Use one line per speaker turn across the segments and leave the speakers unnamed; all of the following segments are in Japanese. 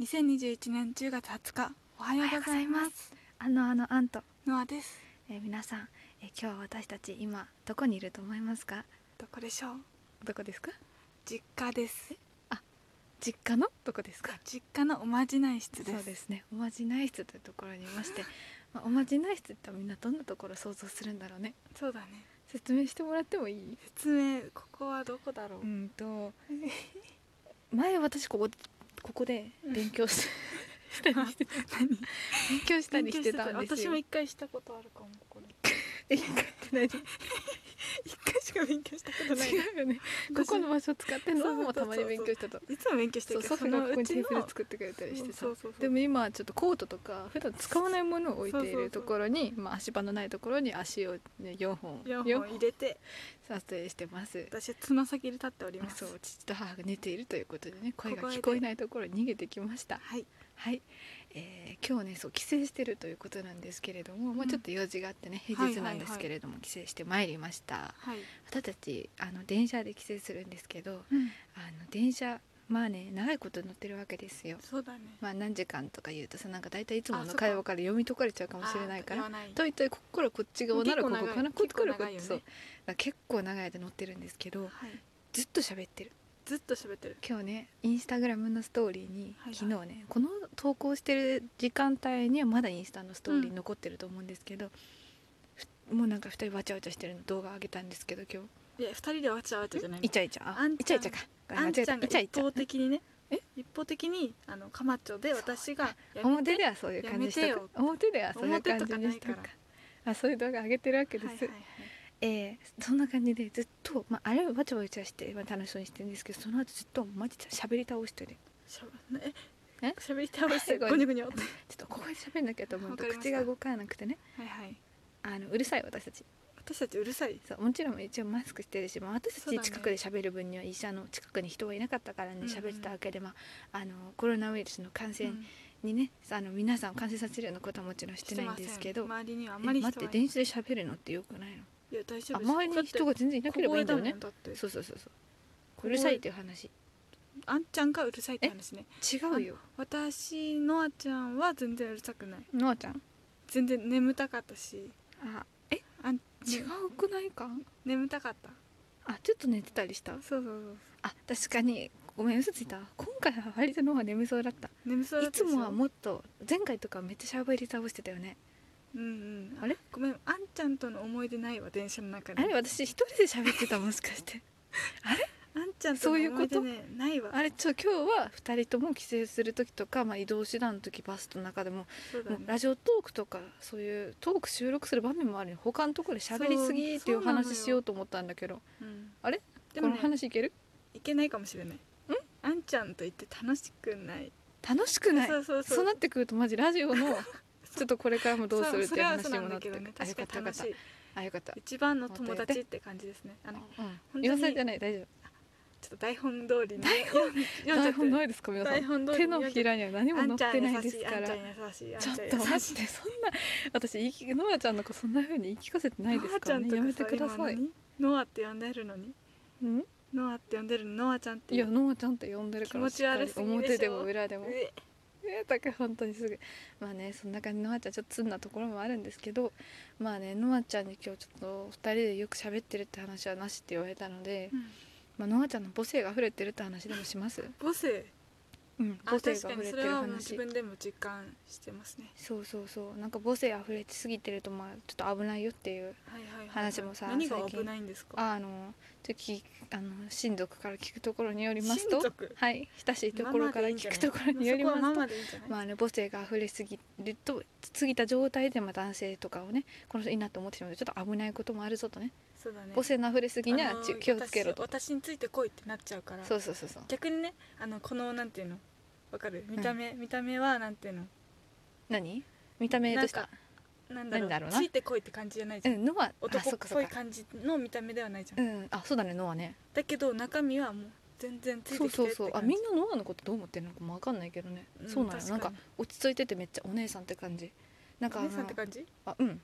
2021年10月20日おは
お
よ
は
う
よう
ご
ご
ざ
ざ
い
い
ま
ますす。あのあのアント、
ノアです
えー皆さん、えー今日私たち今どこにいると思いますか？
どこでしょう
どこですか？
実家です
実家のどこですか？
実家のおまじない室です
そうですね。おまじない室というところにいまして、 まあ、おまじない室ってみんなどんなところ想像するんだろうね。
そうだね
説明してもらってもいい？
説明ここはどこだろう、
うんと前私ここここで勉 強ししたりしてた勉強したりしてたんです
私
よ
も。一回したことあるかもこれ
勉強って何？
一回しか勉強したことない
違うよね。ここの場所使ってん
そう
の
そうそ
も
うそう
たまに勉強したと。
いつも勉強して
そ
る
う
けど
祖父がここ
う
にテ
ち
ーブル
の
作ってくれたりしてさ
そうそうそう
でも今はちょっとコートとか普段使わないものを置いて
そ
い
うそうそう
るところに、まあ、足場のないところに足を、ね、4本
4
四
本入れて
撮影してます
私はつま先で立っております
そう父と母が寝ているということでね声
小
が
声で
聞こえないところに逃げてきました
はい
はい、えー今日ねそう帰省してるということなんですけれども、まあ、
うん
ちょっと用事があってね平
はいはい
日なんですけれども、帰省してまいりました
はい、
私たちあの電車で帰省するんですけどあの電車まあね長いこと乗ってるわけですよ
そうだね
まあ、何時間とか言うとさなんか大体いつも
あそ
の
っか
会話から読み解かれちゃうかもしれないか
あ
ら
ー言わない
といといこっからこっち側ならこ
結構長い
こかなこっからこ
結
っ
構長いよ
ち
ね
そうだから結構長い間乗ってるんですけど
はい、
ずっと喋ってる
ずっと喋ってる
今日ねインスタグラムのストーリーに、
はいはい
昨日ねこの投稿してる時間帯にはまだインスタのストーリ
う
ー
ん
残ってると思うんですけど、ふもうなんか2人わちゃわちゃしてるの動画上げたんですけど今
いや二人でわちゃわちゃじゃない
日イ
の
チャイチャあ
あん
イ
ち
チ
ゃん
ャイチャか
あん
間違え
ち
た
ゃんが
イチャイ
一
チャ
方的にね
え
一方的にあのカマチョで私がやめ
表ではそういう感じにし
や
と
めて
く表ではそういう感
表と
じ
か
に
な
し
い
と
か
く
ら
かあそういう動画上げてるわけです、
はいはいはい
えーそんな感じでずっと、まあ、あれはわちゃわちゃして、まあ、楽しそうにしてるんですけどその後ずっとマジで喋り倒してる
しゃべえ
え
喋り倒して
すごい
ゴニョゴニョっ て
ちょっとここで喋んなきゃと思うと
わかりました
口が動かなくてね
はいはい
あのうるさい私たち
私たちうるさい
そうもちろん一応マスクしてるし、まあ、私た
そう
ち
だね
近くで喋る分には医者の近くに人はいなかったから
う
ね
んうん
喋ってたわけで、まあ、あのコロナウイルスの感染
うん
にね、あの皆さんを感染させるようなことはもちろんしてないんですけど
してません周りにはあんま
え
り
待
人
っ
が
て
いない
電車で喋るのってよくないの
いや大丈
あ
夫です
周りに人が全然いなければいいんだよね
だって小声だもんだって
そうそうそうそううるさいっていう話
あんちゃんがうるさいって話ね
違うよ
私のあちゃんは全然うるさくない
のあちゃん
全然眠たかったし
あえ
あん、ね
違うくないか
眠たかった
あちょっと寝てたりした
そうそうそう
あ確かにごめん嘘ついた今回は割との方が眠そうだった
眠そうだ
い
った
つ
でしょ
もはもっと前回とかめっちゃ喋り倒してたよね
うんうん
あれ
ごめんあんちゃんとの思い出ないわ電車の中で
あれ私一人で喋ってたもしかして
あんちゃんとの思い出
そう
ねないわ
あれちょ今日は2人とも帰省する時とか、まあ、移動手段の時バスの中でも,、
そうだ
もう
ね
ラジオトークとかそういうトーク収録する場面もあるのに他のところで喋りすぎっていう
そうそうなのよ
話しようと思ったんだけど
うん
あれ
で
こ
も
の
ね
話いける
いけないかもしれないあんちゃんと言って楽しくない
楽しくない
そうそうそう
そうなってくるとマジラジオの ちょっとこれからもどうするっていう話にもなって
そうそれはそうなんだけど
くる
ね
あよ
確
か
か
っ
に
たよか
楽
っ
したい
あよかった
一番の友達って感じですねあの
う
当
ん
に
言わされてない大丈
ちょっと台本通りに
台
本
夫台本
り
ないですか皆さ
台本
ん
通り
手のひらには何
あ
も
んち
載
ゃん
ってない
優
で
し
す
い
か
あん
ら
ちゃ
ちょ
ん優しいあんちゃん優しい
っとマジでそんな私言い聞ノアちゃんの子そんな風に言い聞かせてないですからねやめてください
ノアって呼んでるのに
うん
ノアって呼んでるのノアちゃんって
いやノアちゃんって呼んでるから
気持ち悪すぎでしょ
しっかり表でも裏でも
え
え だから本当にすぐまあねそんな感じのあちゃんちょっとつんなところもあるんですけどまあねのあちゃんに今日ちょっと2人でよく喋ってるって話はなしって言われたので、
うん
まあのあちゃんの母性が溢れてるって話でもします
母性
うん
あ
母性
確
が
か
溢
に
れ
それ
てる
はもう自
話
分でも実感してますね
そうそうそうなんか母性溢れてすぎてるとまあちょっと危ないよっていう
はいはいはい
話もさ
何が
最近
危ないんですか
あのちょっときあの親族から聞くところによりますと
親族
はい親しいところから聞くところにより
ま
ま
あそこ
す
はマ
と
マでいいんじゃない、
まあね、母性が溢れすぎると過ぎた状態で、まあ、男性とかをねこの人いいなと思ってしまうとちょっと危ないこともあるぞとね
そうだね
母性の溢れすぎには
あの
ち気をつけろと
私私についてこいってなっちゃうから
そうそうそうそう
逆にねあのこのなんていうのわかる見た目、見た目はなんていうの
何見た目とした
なんだろう
なんだろうな
ついてこいって感じじゃないじ
う
ゃん、
んノアあ
男
そ
っ
っかそ
ぽ
っ
い
か
感じの見た目ではないじゃん
うんあそうだねノアね
だけど中身はもう全然ついてき
そ
てって感
うそう
じ
そうあみんなノアのことどう思ってるのかも分かんないけどね、
うん
そうなの
確
な
か
ん
に
か落ち着いててめっちゃお姉さんって感じなんかあ
お
の
姉さんって感じ
あうん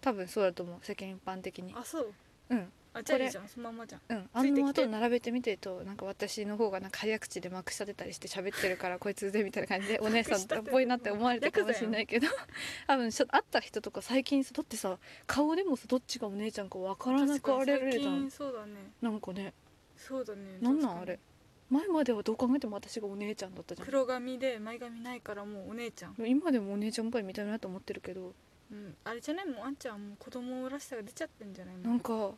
多分そうだと思う世間一般的に
あそう
うん
あじゃあ
これ
いいじゃんそのまんまじゃん
うん、
ついてきて
あの後並べてみてるとなんか私の方がなんか早口でまくし立てたりして喋ってるからこいつ腕みたいな 感じでお姉さんっぽいなって思われたかもしれないけど多分しょ会った人とか最近さだってさ顔でもさどっちがお姉ちゃんかわからなくあれる
確かに
じゃん
最近そうだね
なんかね
そうだね
なん
確
なん
か
あ
に
れ前まではどう考えても私がお姉ちゃんだったじゃん
黒髪で前髪ないからもうお姉ちゃん、
今でもお姉ちゃんっぽい見た目だと思ってるけど
うん、あれじゃないもうあんちゃんはもう子供らしさが出ちゃってんじゃない
な
の
んか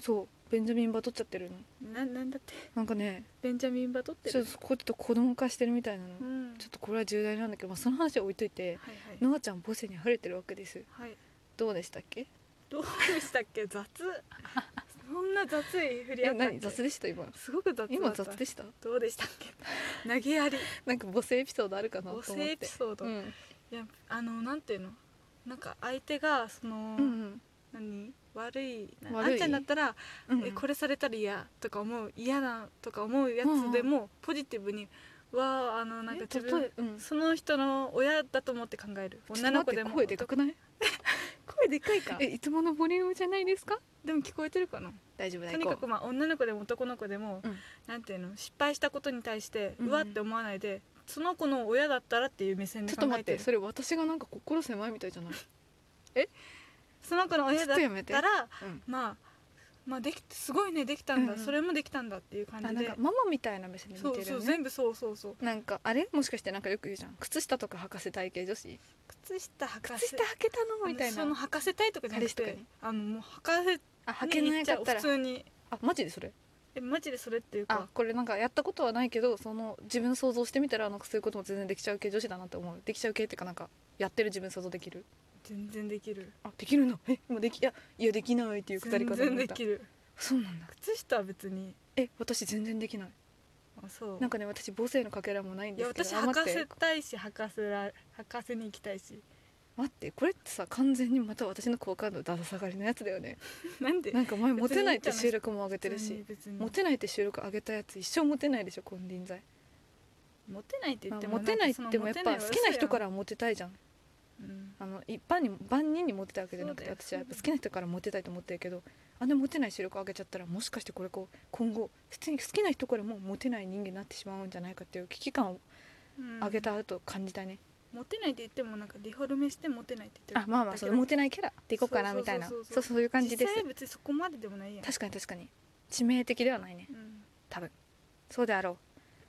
そうベンジャミンバトっちゃってるの
ななんだって
なんかね
ベンジャミンバトって
ちょ
る
っとこうちょっと子供化してるみたいなの
うん
ちょっとこれは重大なんだけど、まあ、その話は置いといて
はいはい
ノアちゃん母性に溢れてるわけです
はい
どうでしたっけ
どうでしたっけ雑 そんな雑い振りあ
え
ったっけ
何雑でした今
すごく雑だった
今雑でした
どうでしたっけ投げや り
なんか母性エピソードあるかなと思
母
って
性エピソード、
う
い
ん
やあのなんていうのなんか相手がその、
うん
何悪いな
悪い
あんちゃんだったら、
うん
えこ
れ
れされたら嫌とか思う嫌だとか思うやつでも、ポジティブにわああのなんか自分
うん
その人の親だと思って考える女の子でも
ちょっと待って声でかくない
声でかいか
えいつものボリュームじゃないですか
でも聞こえてるかな
大丈夫
とにかくまあ女の子でも男の子でも、
うん
なんていうの失敗したことに対して、
う
うんわって思わないでその子の親だったらっていう目線で
ちょっ
考
と待
え
ってて
る
それ私がなんか心狭いみたいじゃない
その子の親
ちょ
だ
っ
っ
とやめて
たら
うん
まあまあできてすごいねできたんだ、
うんうん
それもできたんだっていう感
あ
じ
なん
で
かママみたいな目線で見て
そ
るよ
う
ね
そう全部そうそうそう
なんかあれもしかしてなんかよく言うじゃん靴下とか履かせ体型女子
靴下履か
靴
せ
下履けたの
あの
みたい
その
な
履かせたいとかじゃなく
彼氏
て
とかに
あのもう履かせ
あ履けなかった
普
ら
通に
あマジでそれ
えマジでそれっていう
あ
か
これなんかやったことはないけどその自分想像してみたらなんかそういうことも全然できちゃう系女子だなって思うできちゃう系っていうかなんかやってる自分想像できる
全然できる
あできるの えもうできいやいやできないっていうくだり
全
かと
然
思っ
で
た
きる
そうなんだ
靴下は別に
え私全然できない
あそう
なんかね私母性のかけらもないん
い
で
や
すけど
私
あ
履か
待
せ
って
たいし履かせら履かせに行きたいし
待ってこれってさ完全にまた私の好感度だだ下がりのやつだよね
なんで
なんか前モテないって
別にいいんじゃない
収録も上げてる
別
し
に別に
モテないって収録上げたやつ一生モテないでしょ金輪際、
モテないって言
ま
っ
あ
ても
モテないって
ん
言
か
っ
そ
て
の
も
モ
やっ
テない
ぱ好
は
きな人
嘘
か
やん
らモテたいじゃん
うん
あの一般に万人にモテたわけじゃなくて
そうだよ
私はやっぱ
そうだよ
好きな人からモテたいと思ってるけどあのモテない視力を上げちゃったらもしかしてこれこう今後普通に好きな人からもモテない人間になってしまうんじゃないかっていう危機感を
うん
上げたと感じたね、
モテないって言ってもなんかデフォルメしてモテないって言って
あまあまあ
だ
そ
け
う
ど
モテないキャラでいこうかな
そう
み
そうそ
たいうな
そう
そうそういう感じです
実際別にそこまででもないやん
確かに確かに致命的ではないね
うん
多分そうであろ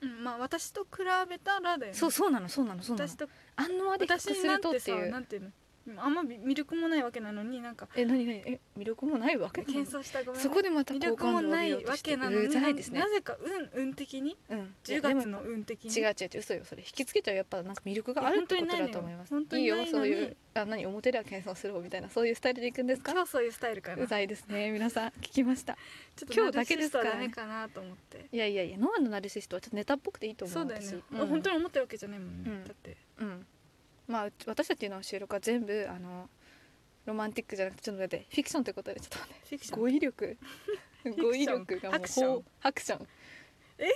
うんまあ私と比べたらだよね
うそうそうなのそうなのそうなの
私と
あんのまで比較す
私な
る
ん
とってて
さ
いう
なんていうのあんま魅魅力もないわけなのになんか
え何何え魅力もないわけ
謙遜したごめんね
そこでまた
魅
好
力も
感度を
な
上げ
い
ようと
わ
して
け
う
なのに
ざいですね
なぜか運運的に
うん
10
いや
月の運的に
違う違う違う嘘よそれ引きつけちゃうやっぱなんか魅力があるってことだと思います
いや本当
いい
に
よ
ないのに
そういうあ何表では謙遜する方みたいなそういうスタイルでいくん ですか
今日そういうスタイルかな
う ざいですね皆さん聞きました
ちょっと
今日だけですからね
ナルシストはダメかなと思って
いやいやいやノアのナルシストはちょっとネタっぽくていいと思
そう
う
だよね
私、うん、
本当に思ってるわけじゃないもんね、
うん
だって
うんまあうち私たちの収録は全部あのロマンティックじゃなくてちょっと待ってフィクションってことでちょっと待って
フィクシ ョン
語彙力
ョン
語彙力がも
ア
う
クション
アクション
え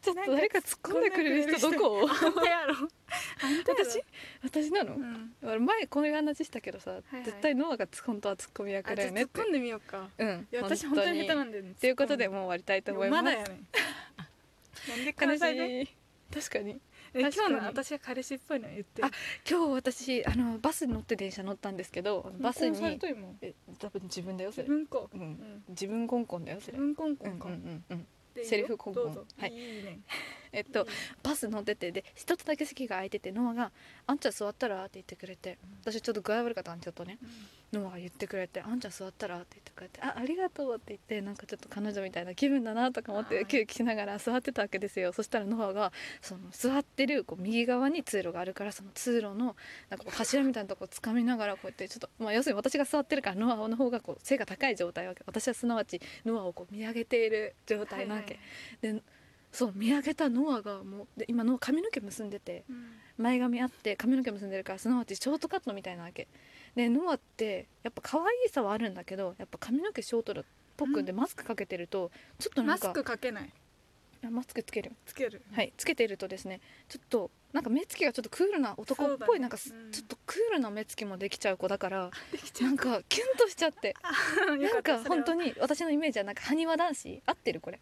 ちょっと誰か突っ込んでくれる人どこ
あんたやろあんたやろ
私 私なの
うん
俺前こういう話したけどさ、
はい
絶対ノアがつ本当はツッコミ
あ
役
じ
だ
ゃあ
よね
突
っ
って込んでみようか
うん
いや私本当に下手なんだよね
ということで
突っ
もう終わりたいと
込
思い
む
ます
まだやねん なんで
悲
彼
し
氏ね
い確かに
え今
確か
日
に
の私が彼氏っぽいの言って
あ今日私あのバスに乗って電車乗ったんですけどバス
され
に
と今
え多分自分だよそ
自
れ、
分か
う、
うんん
自分コンコンだよそ
自
れ
分コンコ
うんう
ン
ん
か
うんうん
でいいよ
セリフコンコン
どうぞ
はい
いいね
えっとバス乗っててで一つだけ席が空いててノアが「あんちゃん座ったら?」って言ってくれて私ちょっと具合悪かったんでちょっとねノアが言ってくれて「あんちゃん座ったら?」って言ってくれて「あありがとう」って言ってなんかちょっと彼女みたいな気分だなとか思っ
は
て
い
キュウキしながら座ってたわけですよそしたらノアがその座ってるこう右側に通路があるからその通路のなんかこう柱みたいなとこをつかみながらこうやってちょっと、まあ、要するに私が座ってるからノアの方がこう背が高い状態わけ私はすなわちノアをこう見上げている状態なわけ、でそう見上げたノアがもうで今ノア髪の毛結んでて。前髪あって髪の毛結んでるからすなわちショートカットみたいなわけでノアってやっぱ可愛いさはあるんだけどやっぱ髪の毛ショートだっぽくんでマスクかけてるとちょっとな
マ
んか
スクかけない
あマスクつける
つける
はいつけているとですねちょっとなんか目つきがちょっとクールな男っ
そう
ぽ
だ
い、
ね
なんかす
うん
ちょっとクールな目つきもできちゃう子だから
できちゃ
な
うん
かキュンとしちゃってな
よ
んか
ったそれは
本当に私のイメージはなんか埴輪男子合ってるこれ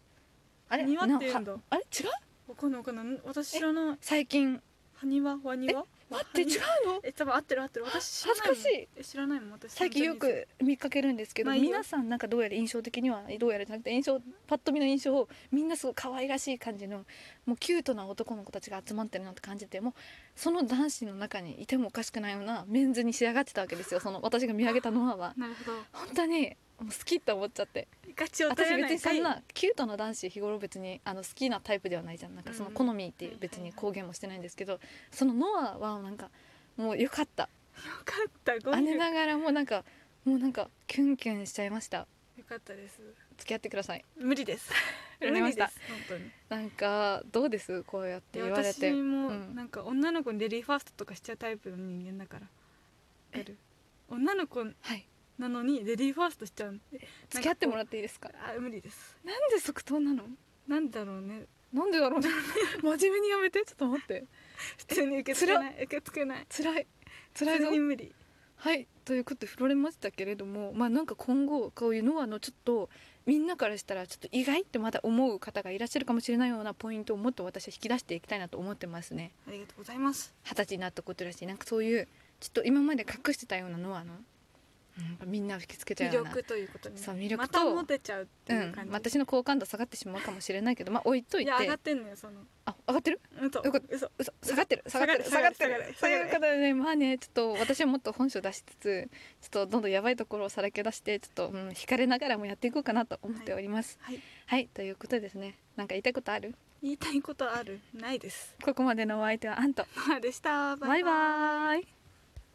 あれ
埴輪って言うんだ
なはあれ違う
わかんないわかんない私知らない
最近
埴輪ワニワ
待って違うの
え多分合ってる合ってる私知らないもん
恥ずかしい
え知らないもん私
最近よく見かけるんですけど
ないよ
皆さんなんかどうやら印象的にはどうやらじゃなくて印象パッと見の印象をみんなすごい可愛らしい感じのもうキュートな男の子たちが集まってるなって感じてもうその男子の中にいてもおかしくないようなメンズに仕上がってたわけ ですよその私が見上げたノアは
なるほど
本当にもう好きって思っちゃって
ガチオタ
私
や
別
ない
にそん
はい
なキュートな男子日頃別にあの好きなタイプではないじゃんなんかその
うん
好みっていう別に公言もしてないんですけどそのノアはなんかもう良かった
よかったごめ
姉
んよ
ながらもなんかもうなんかキュンキュンしちゃいました
かったです
付き合ってください
無理 です
わかりま
無理
し
で
た
す本当に
なんかどうですこうやって
で
言われて
私も
うん
なんか女の子にレディーファーストとかしちゃうタイプの人間だからわかる女の子
はい
なのにレディーファーストしちゃうので
付き合っても
ら
らっていいですか
あ無理です
なんで即答なの
なんだろうね
なんでだろうね 真面目にやめてちょっと待って
普通に受け付けない受け付けない
辛い辛
普
いぞ
通に無理
はいということで振られましたけれどもまあなんか今後こういうのあのちょっとみんなからしたらちょっと意外ってまだ思う方がいらっしゃるかもしれないようなポイントをもっと私は引き出していきたいなと思ってますね
ありがとうございます
二十歳になったことだしなんかそういうちょっと今まで隠してたようなノアの、うん、やっぱみんなを引きつけた
魅
ような
力ということに
そう魅力
ま
と
たモテちゃうっていう感
う
じ
ん、私の好感度下がってしまうかもしれないけどまあ置いとい
い
て
や上がってんのよその
あ上がってる
嘘
よかっ
嘘
嘘下がってる
下
下
が
がっ
る
てる下がって
下
る
がる
と
下が
い
る
うことでねまあねちょっと私はもっと本性を出しつつちょっとどんどんやばいところをさらけ出してちょっと、うん、惹かれながらもやっていこうかなと思っております
はい
はい、ということでですねなんか言いたいことある
言いたいことあるないです
ここまでのお相手はアント
まあでした
バイバーイ